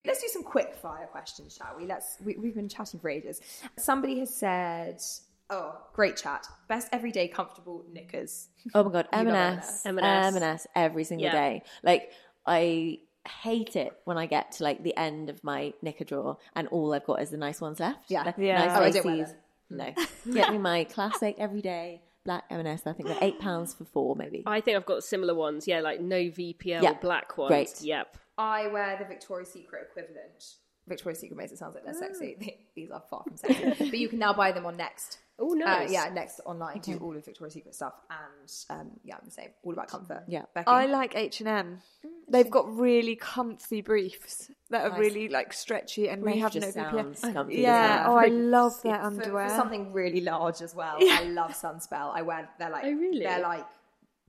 S3: Let's do some quick fire questions, shall we? Let's. We, we've been chatting for ages. Somebody has said, "Oh, great chat. Best everyday comfortable knickers."
S8: Oh my god,
S3: You love
S8: M&S, M&S,
S4: M&S.
S8: M&S every single
S4: Yeah.
S8: day. Like I hate it when I get to like the end of my knicker drawer and all I've got is the nice ones left.
S3: Yeah.
S8: Like,
S2: Yeah.
S8: nice
S3: Oh, I don't wear
S8: laces. No, get me my classic everyday black M&S. I think they're eight pounds for four, maybe.
S4: I think I've got similar ones. Yeah, like no VPL
S8: Yeah.
S4: black ones.
S8: Great.
S4: Yep.
S3: I wear the Victoria's Secret equivalent. Victoria's Secret makes it sound like they're sexy. <laughs> These are far from sexy, but you can now buy them on Next.
S4: Oh,
S3: Uh,
S4: nice.
S3: yeah, Next online do all of Victoria's Secret stuff, and um, yeah, I'm the same. All about comfort.
S8: Yeah.
S3: Becky.
S2: I like H and M. They've got really comfy briefs that are really like stretchy, and they
S8: Brief
S2: have no
S8: just
S2: VPN.
S8: sounds comfy,
S2: Yeah,
S8: doesn't
S2: oh, <laughs>
S8: it?
S2: I love their
S3: for,
S2: underwear.
S3: for something really large as well. I love Sunspell. I wear they're like
S4: Oh, really?
S3: they're like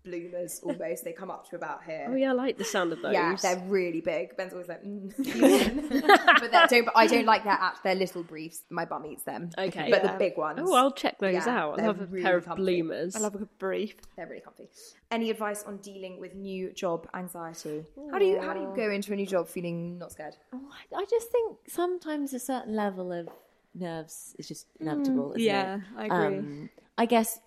S3: bloomers almost. they come up to about here.
S4: Oh yeah, I like the sound of those.
S3: Yeah, they're really big. Ben's always like,
S4: <laughs>
S3: mm. <laughs> but that don't. But I don't like their act. Their little briefs. My bum eats them.
S4: Okay.
S3: but
S4: Yeah.
S3: the big ones.
S4: Oh, I'll check those
S3: Yeah,
S4: out. I
S3: they're
S4: love a
S3: really
S4: pair of
S3: comfy.
S4: bloomers.
S2: I love a good brief.
S3: They're really comfy. Any advice on dealing with new job anxiety? How do you how do you go into a new job feeling not scared?
S8: Oh, I, I just think sometimes a certain level of nerves is just inevitable. isn't
S2: Hmm, yeah,
S8: it?
S2: I agree.
S8: Um, I guess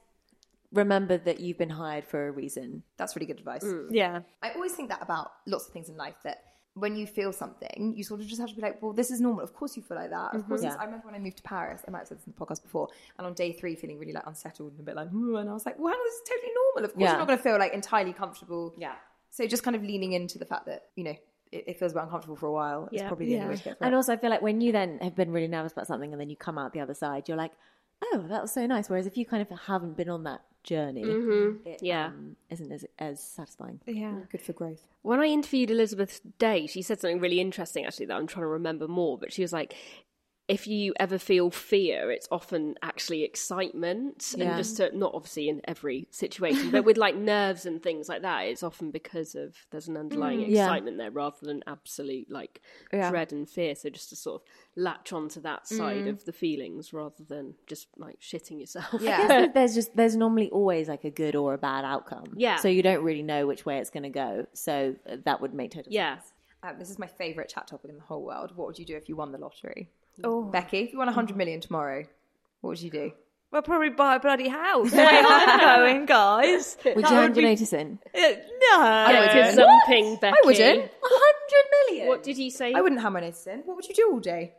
S8: remember that you've been hired for a reason.
S3: That's really good advice.
S4: Mm.
S2: Yeah,
S3: I always think that about lots of things in life that when you feel something, you sort of just have to be like, well, this is normal. Of course you feel like that. Of
S2: Mm-hmm.
S3: course. it's-
S8: Yeah.
S3: I remember when I moved to Paris, I might have said this in the podcast before, and on day three, feeling really like unsettled and a bit like, "Ooh," and I was like, well, hang on, this is totally normal. Of course
S8: Yeah.
S3: you're not going to feel like entirely comfortable.
S8: Yeah.
S3: So just kind of leaning into the fact that, you know, it, it feels a bit uncomfortable for a while. It's probably the only way to get through
S8: And
S3: it.
S8: also, I feel like when you then have been really nervous about something and then you come out the other side, you're like, oh, that was so nice. Whereas if you kind of haven't been on that journey, it
S4: Yeah.
S8: um, isn't as, as satisfying.
S2: Mm-hmm. yeah.
S3: Good for growth.
S4: When I interviewed Elizabeth Day, she said something really interesting actually that I'm trying to remember more, but she was like, if you ever feel fear, it's often actually excitement. And
S8: Yeah.
S4: just to, not obviously in every situation, but with like nerves and things like that, it's often because of there's an underlying
S3: Mm,
S8: yeah.
S4: excitement there rather than absolute like dread and fear. So just to sort of latch onto that side
S3: Mm.
S4: of the feelings rather than just like shitting yourself.
S3: Yeah.
S8: But there's just there's normally always like a good or a bad outcome.
S4: Yeah.
S8: So you don't really know which way it's going to go. So uh, that would make total
S4: <laughs> yeah.
S3: I Um, this is my favourite chat topic in the whole world. What would you do if you won the lottery? Oh, Becky, if you won 100 million tomorrow, what would you do?
S2: Well, probably buy a
S3: <laughs>
S2: bloody house. Where I'm going, guys.
S8: Would
S2: That
S8: you hand
S2: would be-
S8: your notice in?
S2: Uh, no.
S4: Because something, Becky.
S3: I wouldn't. 100 million?
S4: What did he say?
S3: I wouldn't have my notice in. What would you do all day?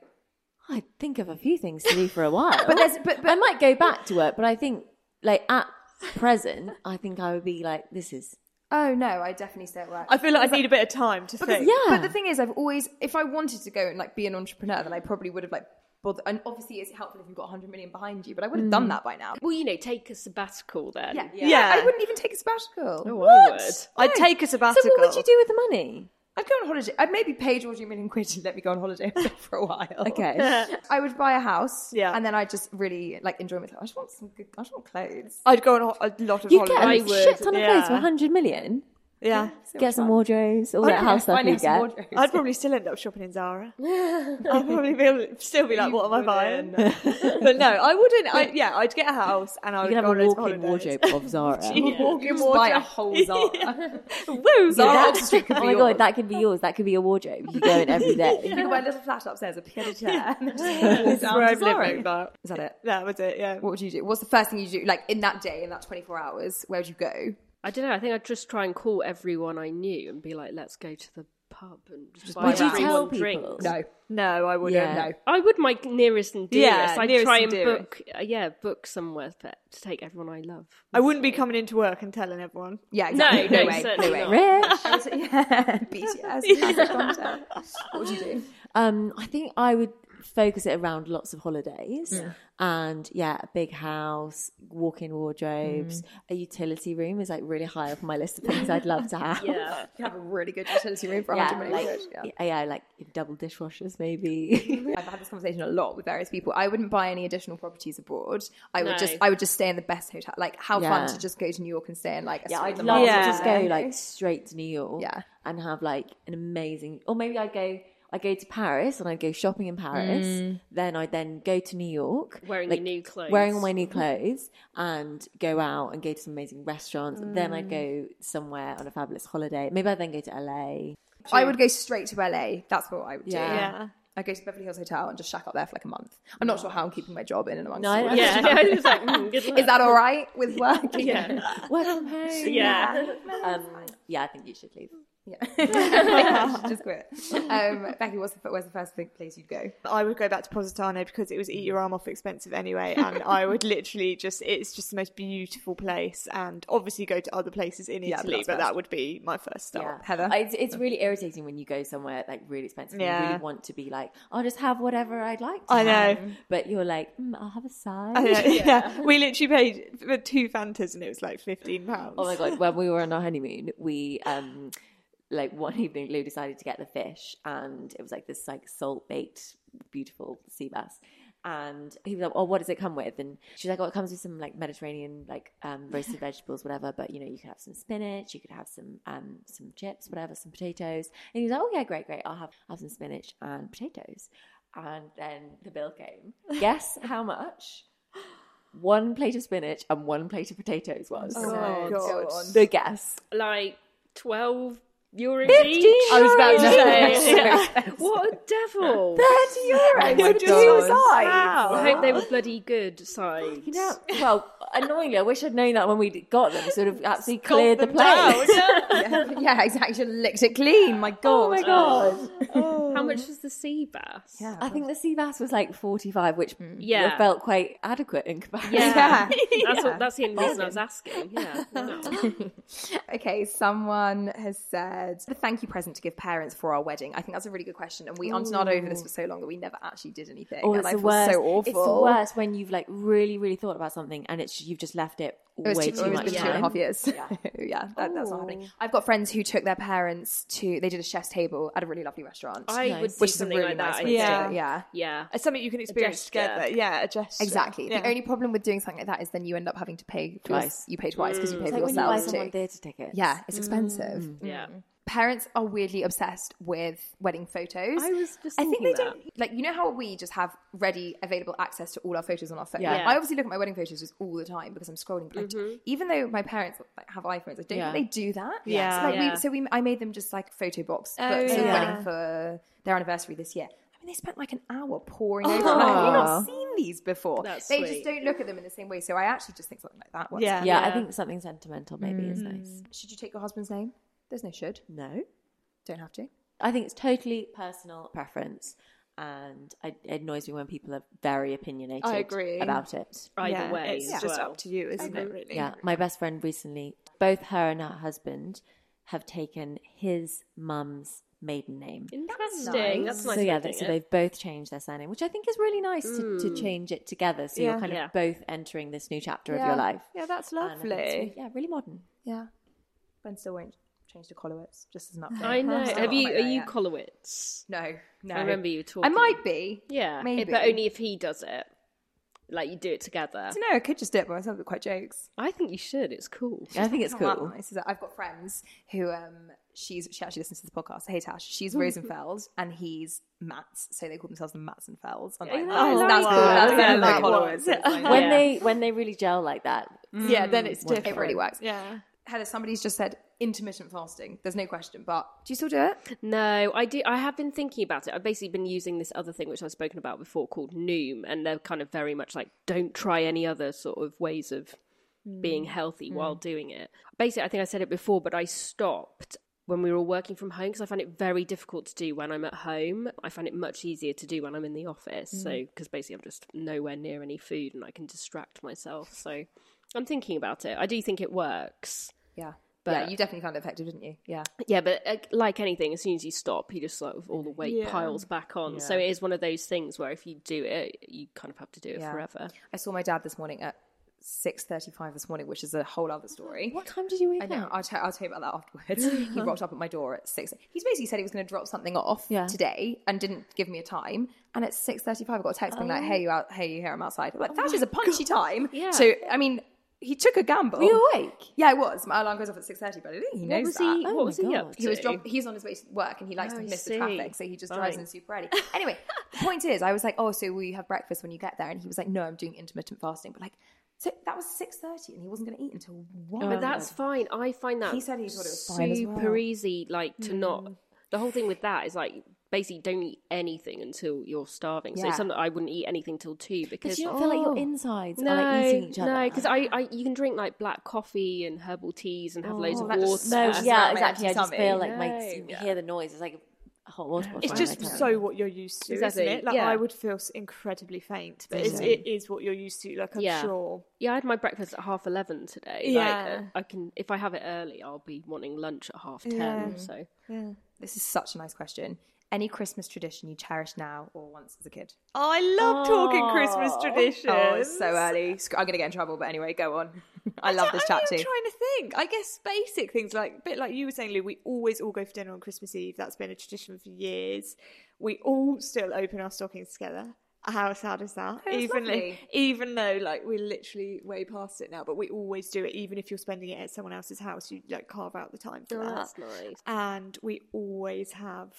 S8: I think of a few things to do for a while.
S2: <laughs>
S3: But there's- but- but-
S8: I might go back to work. But I think, like at present, I think I would be like, this is
S3: Oh, no, I definitely stay at work.
S2: I feel like I need a bit of time to think.
S8: yeah.
S3: But the thing is, I've always, if I wanted to go and like be an entrepreneur, then I probably would have like bothered. And obviously, it's helpful if you've got 100 million behind you, but I would have done that by now.
S4: Well, you know, take a sabbatical then.
S3: Yeah,
S2: Mm. Yeah.
S3: I, I wouldn't even take a sabbatical.
S4: Oh, I
S3: what?
S4: would.
S2: I'd take a sabbatical.
S8: So what would you do with the money?
S3: I'd go on holiday. I'd maybe pay Georgie a million quid to let me go on holiday <laughs> for a while.
S8: Okay.
S3: I would buy a house.
S2: Yeah.
S3: And then I would just really like enjoy myself. I just want some good. I just want clothes.
S2: I'd go on a a lot of
S8: You get
S2: holidays.
S8: a shit ton of clothes for
S2: yeah.
S8: 100 million.
S2: Yeah.
S8: Get some wardrobes, all that house stuff
S3: Finally
S8: you
S3: have some
S8: get.
S3: wardrobes.
S2: I'd probably still end up shopping
S3: <laughs>
S2: in Zara. I'd probably be, still be like, what am I buying? <laughs> but no, I wouldn't. I, yeah, I'd get a house and I
S8: You
S2: would
S8: can have
S2: go on
S8: a
S2: loads of
S8: walk-in
S2: holidays. <laughs>
S8: wardrobe of Zara.
S3: You just buy a whole Zara.
S2: Woo,
S8: Yeah,
S2: Zara.
S8: that- oh my god, that could be yours. That could be a wardrobe. You go in every day.
S3: <laughs> You can buy a little flat upstairs, a piano chair. and then just walk
S2: That's
S3: down
S2: where
S3: to
S2: I'm
S3: Zara.
S2: living, but
S3: Is that it?
S2: that was it, yeah.
S3: What would you do? What's the first thing you do, like in that day, in that 24 hours? Where would you go?
S4: I don't know. I think I'd just try and call everyone I knew and be like, "Let's go to the pub and just buy
S8: Would you
S4: everyone
S8: tell people?
S4: drinks."
S3: No.
S2: No, I wouldn't.
S8: Yeah.
S3: No.
S4: I would my nearest and dearest.
S2: Yeah,
S4: I'd
S2: nearest
S4: try
S2: and
S4: and
S2: dearest.
S4: book, uh, yeah, book somewhere for, to take everyone I love.
S2: I wouldn't be coming into work and telling everyone.
S3: Yeah,
S4: No,
S3: exactly.
S4: no,
S3: way.
S4: certainly
S3: No way.
S4: not.
S3: <laughs>
S8: Rich.
S3: yeah, BTS. Massive content. What would you do?
S8: Um, I think I would focus it around lots of holidays and yeah, a big house, walk-in wardrobes, a utility room is like really high up on my list of things I'd love to have.
S4: Yeah,
S3: You have a really good utility room for
S8: Yeah,
S3: 100 million.
S8: like,
S3: quid, yeah.
S8: yeah, yeah, like double dishwashers maybe.
S3: I've had this conversation a lot with various people. I wouldn't buy any additional properties abroad. I would
S4: No.
S3: just, I would just stay in the best hotel. Like, how
S8: Yeah.
S3: fun to just go to New York and stay in like a
S8: Yeah,
S3: suite
S8: I'd
S3: in the
S8: love
S2: Yeah.
S8: to just go
S3: Marriott.
S8: like straight to New York.
S3: Yeah.
S8: And have like an amazing or maybe I'd go I go to Paris and I'd go shopping in Paris. Then I'd then go to New York.
S4: Mm. Wearing
S8: like,
S4: your new clothes. Mm-hmm.
S8: Wearing all my new clothes and go out and go to some amazing restaurants. Then I'd go
S4: Mm.
S8: somewhere on a fabulous holiday. Maybe I'd then go to
S4: <laughs>
S8: LA.
S3: I would go straight to LA. That's what I would do.
S8: Yeah.
S2: Yeah.
S3: I go to Beverly Hills Hotel and just shack up there for like a month. I'm not sure how I'm keeping my job in and amongst.
S8: No,
S3: all
S8: I-
S3: this.
S4: yeah, <laughs> I was like, mm, good
S3: <laughs>
S4: luck.
S3: Is that all right with
S8: <laughs>
S3: work?
S4: Yeah,
S8: Work from home.
S4: yeah.
S8: <laughs> Um, yeah, I think you should leave.
S3: <laughs> yeah. <laughs> just quit. Um, Becky, what's the, where's the first big place you'd go?
S2: I would go back to Positano because it was eat your arm off expensive anyway, and
S3: <laughs>
S2: I would literally just—it's just the most beautiful place, and obviously go to other places in
S3: Yeah, but
S2: Italy,
S3: that's
S2: but,
S3: first.
S2: that would be my first stop.
S8: Yeah.
S3: Heather?
S8: I- It's, it's really irritating when you go somewhere like really expensive. and You
S2: Yeah.
S8: really want to be like, I'll just have whatever I'd like to
S2: I
S8: have.
S2: know.
S8: But you're like, mm, I'll have a side.
S2: I know, <laughs> yeah. we literally paid for two Fantas and it was like fifteen pounds.
S8: Oh my god! When we were on our honeymoon, we um like one evening, Lou decided to get the fish, and it was like this like salt baked, beautiful sea bass. And he was like, "Oh, what does it come with?" And she's like, "Oh, it comes with some like Mediterranean, like um, roasted vegetables, whatever. But you know, you could have some spinach, you could have some um, some chips, whatever, some potatoes." And he was like, "Oh yeah, great, great. I'll have have some spinach and potatoes." And then the bill came. Guess how much? One plate of spinach and one plate of potatoes was.
S2: Oh, God.
S8: The guess.
S4: Like twelve euros each.
S8: I was about to say.
S4: Yeah. <laughs> What a devil!
S8: Thirty euros.
S4: I hope they were bloody good sides.
S8: You know, well, annoyingly, I wish I'd known that when we got them. Sort of actually
S2: Gulp
S8: cleared the
S2: them down.
S3: <laughs>
S8: plate.
S3: yeah, yeah, exactly. Should have licked it clean. My God.
S8: Oh my god!
S4: How much was the sea bass? Yeah,
S8: I think the sea bass was like forty-five,
S3: Mm.
S8: which
S4: Yeah.
S8: yeah. felt quite adequate in comparison.
S4: yeah. That's, What, that's the only reason I was asking. Yeah, Wow.
S3: Okay, someone has said the thank you present to give parents for our wedding. I think that's a really good question, and we answered over this for so long that we never actually did anything.
S8: Oh,
S3: and
S8: it's
S3: I
S8: the
S3: feel
S8: worst.
S3: so awful.
S8: It's the worst when you've like really, really thought about something and it's you've just left it
S3: It was two,
S8: way too
S3: it was
S8: much Oh.
S3: been two and a
S8: time.
S3: half years. <laughs> Yeah, that, that's not happening. I've got friends who took their parents to. They did a chef's table at a really lovely restaurant.
S4: I would do
S3: which is a
S4: something
S3: really
S4: like
S3: nice
S4: that. I
S3: way to do
S2: Yeah.
S3: it, yeah.
S4: Yeah.
S2: It's something you can experience
S4: gesture.
S2: together. Yeah, a gesture.
S3: Exactly.
S2: Yeah.
S3: The only problem with doing something like that is then you end up having to pay for your-
S8: Twice.
S3: you pay twice because you pay
S8: It's
S3: for
S8: like when you buy
S3: yourself
S8: someone Mm.
S3: too.
S8: theatre tickets.
S3: Yeah, it's expensive.
S4: Yeah.
S3: parents are weirdly obsessed with wedding photos.
S4: I was just
S3: I think they
S4: thinking that.
S3: don't like you know how we just have ready available access to all our photos on our phone.
S8: Yeah.
S3: Like, I obviously look at my wedding photos just all the time because I'm scrolling. But I d- even though my parents like, have iPhones, I don't
S8: Yeah.
S3: think they do that.
S2: Yeah.
S3: So, like,
S4: Yeah.
S3: We, so we, I made them just like photo box
S2: Oh,
S3: books of
S2: yeah.
S3: wedding for their anniversary this year. I mean, they spent like an hour pouring over. them. Like, have you
S8: Aw.
S3: not seen these before?
S4: That's
S3: they
S4: sweet.
S3: just don't look at them in the same way. So I actually just think something like that. works.
S2: Yeah.
S8: Yeah, Mm. I think something sentimental maybe is nice.
S3: Should you take your husband's name? There's no should.
S8: No.
S3: Don't have to.
S8: I think it's totally personal preference, and I, it annoys me when people are very opinionated.
S3: I agree.
S8: about it.
S4: Either
S2: Yeah,
S4: way,
S2: it's
S4: as
S2: just
S4: well.
S2: up to you, isn't it? Really?
S8: Yeah, my best friend recently, both her and her husband have taken his mum's maiden name.
S4: Interesting. That's nice.
S8: so yeah,
S4: way of
S8: they-
S4: doing
S8: so
S4: it.
S8: they've both changed their surname, which I think is really nice to, to change it together. So you're
S2: Yeah.
S8: kind
S4: Yeah.
S8: of both entering this new chapter of
S3: Yeah.
S8: your life.
S2: Yeah, that's
S8: And I think it's really-
S2: lovely.
S8: yeah, really modern.
S3: Yeah. Ben still won't change to Colowitz, just as an update.
S4: I know.
S3: Still
S4: Have
S3: not
S4: you?
S3: like
S4: Are
S3: that
S4: you
S3: yet.
S4: Kolowitz?
S3: No, no.
S4: I remember you talking.
S3: I might be.
S4: Yeah, eh,
S3: maybe.
S4: but only if he does it. Like you do it together.
S3: I don't know. I could just do it by myself. It quite jokes.
S4: I think you should. It's cool.
S8: I think it's
S3: Not that
S8: cool.
S3: nice, is it? I've got friends who um, she's she actually listens to the podcast. Hey Tash, she's Rosenfeld and he's Matts, so they call themselves the Matzenfelds. I'm like,
S2: Oh,
S3: that's
S2: wow.
S3: cool. That's
S2: Yeah,
S3: better
S2: like
S3: than Colowitz. It's
S8: <laughs>
S2: what?
S3: like- mm,
S8: When
S4: Yeah.
S8: they when they really gel like that,
S2: Yeah, then it's different.
S3: It really works.
S2: Yeah.
S3: Heather, somebody's just said intermittent fasting. There's no question, but do you still do it?
S4: No, I do. I have been thinking about it. I've basically been using this other thing which I've spoken about before called Noom, and they're kind of very much like don't try any other sort of ways of being healthy while doing it. Basically, I think I said it before, but I stopped when we were all working from home because I find it very difficult to do when I'm at home. I find it much easier to do when I'm in the office. So because basically I'm just nowhere near any food and I can distract myself. So I'm thinking about it. I do think it works.
S3: Yeah. But
S4: But-
S3: yeah, you definitely found it effective, didn't you? Yeah.
S4: Yeah, but uh, like anything, as soon as you stop, you just like all the weight
S2: Yeah.
S4: piles back on. So it is one of those things where if you do it, you kind of have to do it
S3: Yeah.
S4: forever.
S3: I saw my dad this morning at six thirty-five this morning, which is a whole other story.
S8: what time did you wake
S3: I
S8: up?
S3: know. I'll, tell. i I'll tell you about that afterwards. he rocked up at my door at six. He's basically said he was going to drop something off
S8: Yeah.
S3: today and didn't give me a time. And at six thirty-five, I got a text being like, "Hey, you out? Hey, you here? I'm outside." I'm like, that is a punchy time.
S4: Yeah.
S3: So I mean, he took a gamble. Were
S8: you awake?
S3: Yeah, I was. My alarm goes off at six thirty, but I don't think he
S4: What
S3: knows
S4: was
S3: that.
S4: he?
S8: my
S4: what was he up
S8: God.
S4: to?
S3: He was drop- he's on his way to work and he likes
S4: Oh,
S3: to
S4: I
S3: miss
S4: see.
S3: the traffic, so he just drives
S4: Fine.
S3: in super early. Anyway, the point is, I was like, "Oh, so will you have breakfast when you get there?" And he was like, "No, I'm doing intermittent fasting." But like, so that was six thirty, and he wasn't going to eat until one.
S4: But Oh, that's fine. I find that
S3: He said he thought it was
S4: super
S3: fine as well. Mm.
S4: easy. Like to not. The whole thing with that is like basically don't eat anything until you're starving.
S3: Yeah.
S4: So some I wouldn't eat anything till two because
S8: Because you don't feel like your insides are like eating each other.
S4: No, because I, I, you can drink like black coffee and herbal teas and have loads of
S3: Oh, that
S4: water.
S3: just
S8: No,
S3: smells
S8: yeah,
S3: like my
S8: exactly. I
S3: empty
S8: just feel
S3: tummy.
S8: like my
S4: No.
S8: you hear the noise. It's like oh, a hot water bottle.
S2: It's
S8: in my
S2: just
S8: tummy.
S2: so what you're used to,
S4: Exactly,
S2: isn't it? Like
S4: yeah.
S2: I would feel s- incredibly faint, but it's,
S8: Totally.
S2: it is what you're used to. Like I'm
S4: Yeah.
S2: sure.
S4: Yeah, I had my breakfast at half eleven today. Like,
S2: Yeah.
S4: uh, I can if I have it early, I'll be wanting lunch at half ten. So
S3: This is such a nice question. Any Christmas tradition you cherish now or once as a kid?
S2: I love talking Christmas traditions.
S3: Oh, it's so early. Sc- I'm going to get in trouble, but anyway, go
S4: <laughs>
S3: on. I love this chat
S2: I'm
S3: too.
S2: trying to think. I guess basic things like a bit like you were saying, Lou. We always all go for dinner on Christmas Eve. That's been a tradition for years. We all still open our stockings together. How sad is that?
S3: Oh, that's
S2: even though,
S3: lovely.
S2: even though like we're literally way past it now, but we always do it. Even if you're spending it at someone else's house, you like carve out the time
S3: Oh,
S2: for that.
S4: nice.
S2: And we always have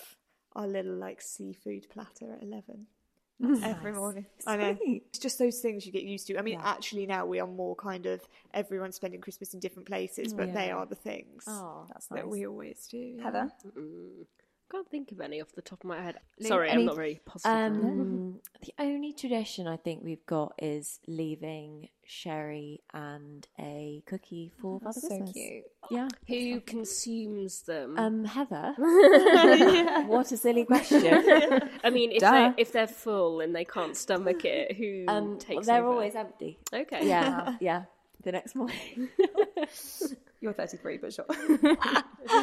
S2: our little like seafood platter at eleven. Every morning, I know. It's just those things you get used to. I mean, actually, now we are more kind of everyone spending Christmas in different places, but they are the things
S8: Oh,
S3: That's
S2: that
S3: nice.
S2: we always do. yeah.
S3: Heather?
S4: Can't think of any off the top of my head. Sorry,
S3: any-
S4: I'm not very positive.
S8: Um, the only tradition I think we've got is leaving sherry and a cookie for Father Christmas.
S3: cute.
S8: Yeah.
S4: Who consumes
S2: Uh,
S4: them?
S8: Um, Heather. What a silly question.
S4: I mean, if
S3: duh.
S4: they're, if they're full and they can't stomach it, who
S8: Um,
S4: takes?
S8: they're
S4: over?
S8: always empty.
S4: okay.
S8: Yeah, yeah. The next morning.
S3: You're 33, but sure. <laughs>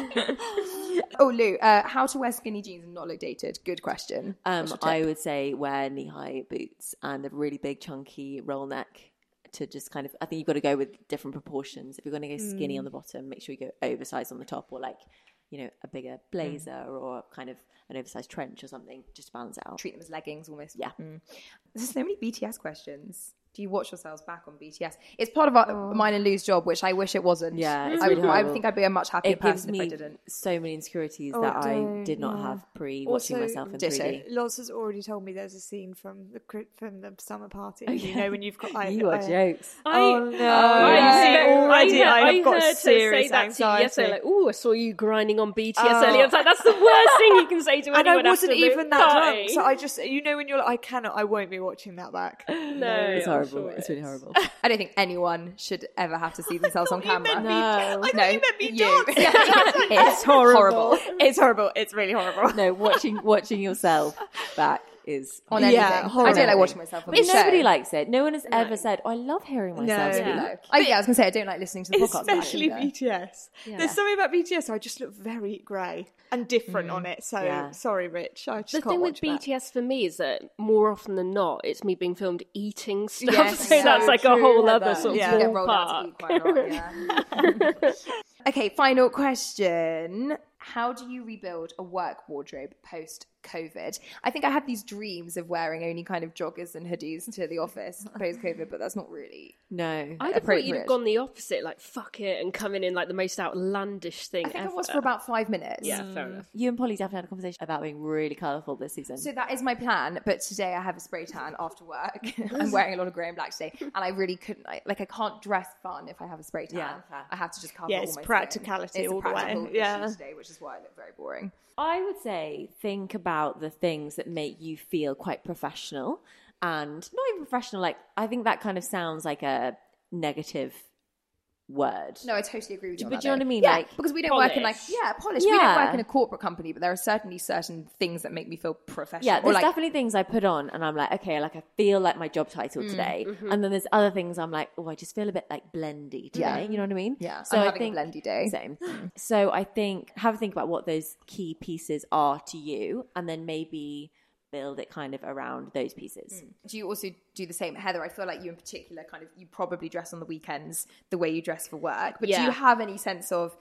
S3: oh, Lou, uh, how to wear skinny jeans and not look dated? Good question.
S8: Um, I would say wear knee high boots and a really big chunky roll neck to just kind of. I think you've got to go with different proportions. If you're going to go skinny on the bottom, make sure you go oversized on the top, or like you know a bigger blazer or kind of an oversized trench or something just to balance it out.
S3: Mm. Treat them as leggings almost.
S8: Yeah.
S3: There's so many BTS questions. Do you watch yourselves back on BTS? It's part of our, mine and Lou's job, which I wish it wasn't.
S8: Oh. Yeah, it's
S3: I,
S8: really
S3: I
S8: horrible.
S3: think I'd be a much happier
S8: it gives
S3: person
S8: me
S3: if I didn't.
S8: so many insecurities
S2: Oh,
S8: that I
S2: don't,
S8: did not
S2: yeah.
S8: have pre watching
S2: Also,
S8: myself in
S3: ditto.
S8: 3D.
S2: Loz has already told me there's a scene from the cri- from the summer party.
S8: yeah.
S2: You know when you've got I,
S8: You are
S2: I-
S8: jokes.
S4: I,
S2: Oh, no.
S4: I,
S2: Yeah.
S4: expect-
S2: Already,
S4: I,
S2: I
S4: heard-
S2: have got
S4: I heard her
S2: serious
S4: say that to you yesterday.
S2: anxiety.
S4: Like, oh, I saw you grinding on BTS
S2: Oh.
S4: earlier. I was like, that's the worst thing you can say to
S2: and
S4: anyone.
S2: <laughs> I wasn't
S4: after the
S2: even that
S4: party.
S2: drunk, so I just you know when you're like I cannot, I won't be watching that back.
S4: <laughs> no,
S8: It's
S4: I'm
S8: horrible.
S4: sure
S8: it's
S4: it
S8: really horrible.
S3: I don't think anyone should ever have to
S8: <laughs>
S3: see themselves on camera.
S8: no,
S2: I thought you meant me dancing.
S3: <laughs>
S8: <laughs>
S3: it's horrible.
S2: It's horrible. It's really horrible.
S8: no, watching watching yourself back is
S3: On
S8: horrible.
S3: anything.
S2: Yeah,
S3: I
S2: horrible.
S3: don't like watching myself on
S8: But
S3: the show.
S8: nobody likes it. No one has ever said, oh, "I love hearing myself
S2: No.
S8: speak."
S4: Yeah.
S3: I, yeah, I was gonna say I don't like listening to the podcast. back
S2: especially
S3: either.
S2: BTS. There's something about BTS I just look very grey and different on it. So
S8: Yeah.
S2: sorry, Rich. I just
S4: The
S2: can't
S4: thing with
S2: watch that.
S4: BTS for me is that more often than not, it's me being filmed <laughs> eating stuff.
S3: Yes,
S4: so
S3: yeah.
S4: that's like a whole other
S3: But
S4: sort of
S2: Yeah.
S3: you
S4: yeah.
S3: get rolled out to eat quite a
S4: <laughs>
S3: lot, yeah. <laughs> okay, final question. How do you rebuild a work wardrobe post COVID? I think I had these dreams of wearing only kind of joggers and hoodies to the office post COVID, but that's not really.
S8: No,
S4: I thought you'd
S3: appropriate.
S4: have gone the opposite, like fuck it, and coming in like the most outlandish thing
S3: I think
S4: ever.
S3: I was for about five minutes.
S4: yeah, fair enough.
S8: you and Polly definitely had a conversation about being really colourful this season.
S3: So that is my plan, but today I have a spray tan after work. <laughs> I'm wearing a lot of grey and black today, and I really couldn't I, like I can't dress fun if I have a spray tan.
S8: Yeah, fair.
S3: I have to just cover.
S2: Yeah,
S3: all
S2: it's
S3: my skin.
S2: practicality
S3: It's a
S2: all the way,
S3: practical issue
S2: yeah.
S3: today, which is why I look very boring.
S8: I would say think about the things that make you feel quite professional and not even professional. Like, I think that kind of sounds like a negative word.
S3: No, I totally agree with you. on
S8: But
S3: that,
S8: do you
S3: though.
S8: know what I mean?
S3: Yeah,
S8: Like,
S3: because we don't work in like
S4: polish.
S3: yeah, polish. We don't
S8: Yeah.
S3: work in a corporate company, but there are certainly certain things that make me feel professional.
S8: Yeah,
S3: or
S8: there's
S3: like
S8: definitely things I put on and I'm like, okay, like I feel like my job title
S3: Mm,
S8: today.
S3: mm-hmm.
S8: And then there's other things I'm like, oh, I just feel a bit like blendy today.
S3: Yeah.
S8: You know what I mean?
S3: Yeah,
S8: So
S3: I'm
S8: I
S3: having a
S8: think,
S3: blendy day. <laughs> Mm.
S8: Same. So I think have a think about what those key pieces are to you and then maybe build it kind of around those pieces.
S3: do you also do the same, Heather? I feel like you in particular, kind of, you probably dress on the weekends the way you dress for work. But do
S4: Yeah.
S3: you have any sense of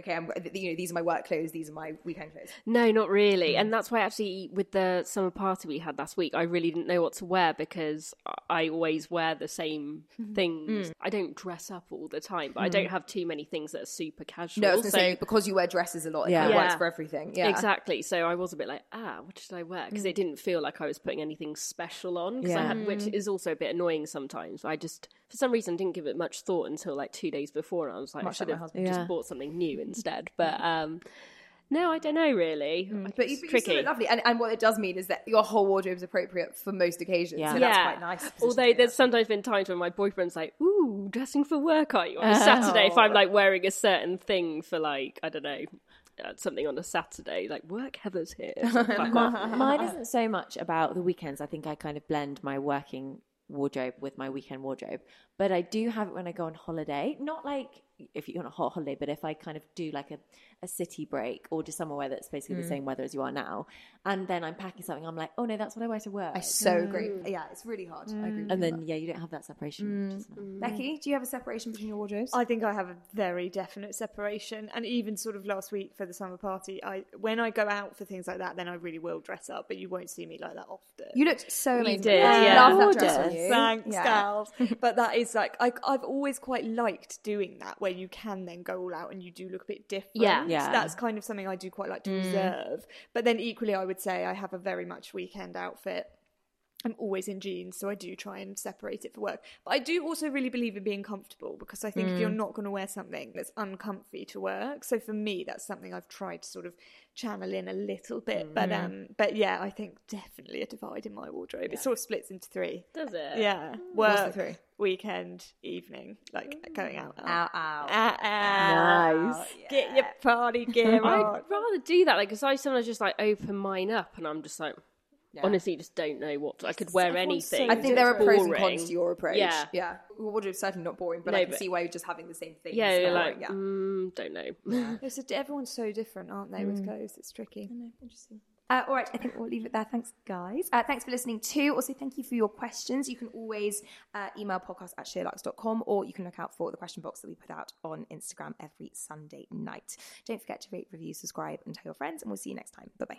S3: okay, I'm, th- you know, these are my work clothes, these are my weekend clothes?
S4: No, not really. And that's why actually with the summer party we had last week, I really didn't know what to wear because I- I always wear the <laughs> same things. I don't dress up all the time, but I don't have too many things that are super casual.
S3: No, I was going to
S4: so
S3: say because you wear dresses a lot, it
S8: Yeah.
S3: kind of works
S4: Yeah.
S3: for everything. Yeah, Mm.
S4: Exactly. So I was a bit like, ah, what should I wear? Because it didn't feel like I was putting anything special on, 'cause I had, which is also a bit annoying sometimes. I just, for some reason, didn't give it much thought until like two days before. And I was like, I should have just bought
S3: <laughs>
S4: something new instead. But um, no, I don't know really. I think
S3: Mm. But, you, but
S4: it's
S3: you still
S4: tricky.
S3: look lovely, and, and what it does mean is that your whole wardrobe is appropriate for most occasions.
S8: Yeah.
S3: so that's quite nice. position to be
S4: Although
S3: in.
S4: there's sometimes been times when my boyfriend's like, "Ooh, dressing for work are
S3: Oh.
S4: you on a Saturday?" If I'm like wearing a certain thing for like I don't know uh, something on a Saturday, like work Heather's here. It's like,
S3: <laughs>
S4: fuck off.
S8: Mine isn't so much about the weekends. I think I kind of blend my working wardrobe with my weekend wardrobe. But I do have it when I go on holiday. Not like if you're on a hot holiday, but if I kind of do like a, a city break or just somewhere that's basically the same weather as you are now, and then I'm packing something, I'm like, oh no, that's what I wear to work.
S3: I so
S4: Mm.
S3: agree. Yeah, it's really hard. I agree. With
S8: and
S3: you.
S8: then yeah, you don't have that separation. which is nice.
S3: Becky, do you have a separation between your wardrobes?
S2: I think I have a very definite separation, and even sort of last week for the summer party, I when I go out for things like that, then I really will dress up, but you won't see me like that often. Um,
S3: you looked so amazing.
S4: did,
S3: I
S4: yeah.
S3: love that dress on
S8: Gorgeous.
S3: you.
S2: Oh, Thanks,
S3: Yeah.
S2: gals. But that is like I, I've always quite liked doing that, where you can then go all out and you do look a bit different.
S4: Yeah.
S8: Yeah.
S2: That's kind of something I do quite like to reserve. But then equally, I would say I have a very much weekend outfit. I'm always in jeans, so I do try and separate it for work. But I do also really believe in being comfortable because I think if you're not going to wear something that's uncomfy to work, so for me that's something I've tried to sort of channel in a little bit. But um, but yeah, I think definitely a divide in my wardrobe. It sort of splits into three.
S4: Does it?
S2: Yeah,
S3: What's the
S2: work
S3: three?
S2: weekend evening, like going out.
S3: Ow, ow.
S2: Nice. Get your party <laughs> gear on.
S4: I'd rather do that, like, because I sometimes just like open mine up, and I'm just like, honestly, just don't know what I could wear anything.
S3: I think there are
S4: It's
S3: pros and
S4: boring.
S3: cons to your approach.
S4: Yeah,
S3: yeah. Your wardrobe's certainly not boring, but
S4: No,
S3: I can
S4: but-
S3: see why you're just having the same thing.
S4: yeah,
S3: It's
S4: you're
S3: not
S4: like,
S3: boring, yeah.
S4: mm, don't know.
S2: It's a- everyone's so different, aren't they, with clothes? It's tricky.
S3: Uh, all right, I think we'll leave it there. Thanks, guys. Uh, thanks for listening too. Also, thank you for your questions. You can always uh, email podcast at sheerlux.com or you can look out for the question box that we put out on Instagram every Sunday night. Don't forget to rate, review, subscribe, and tell your friends, and we'll see you next time. Bye bye.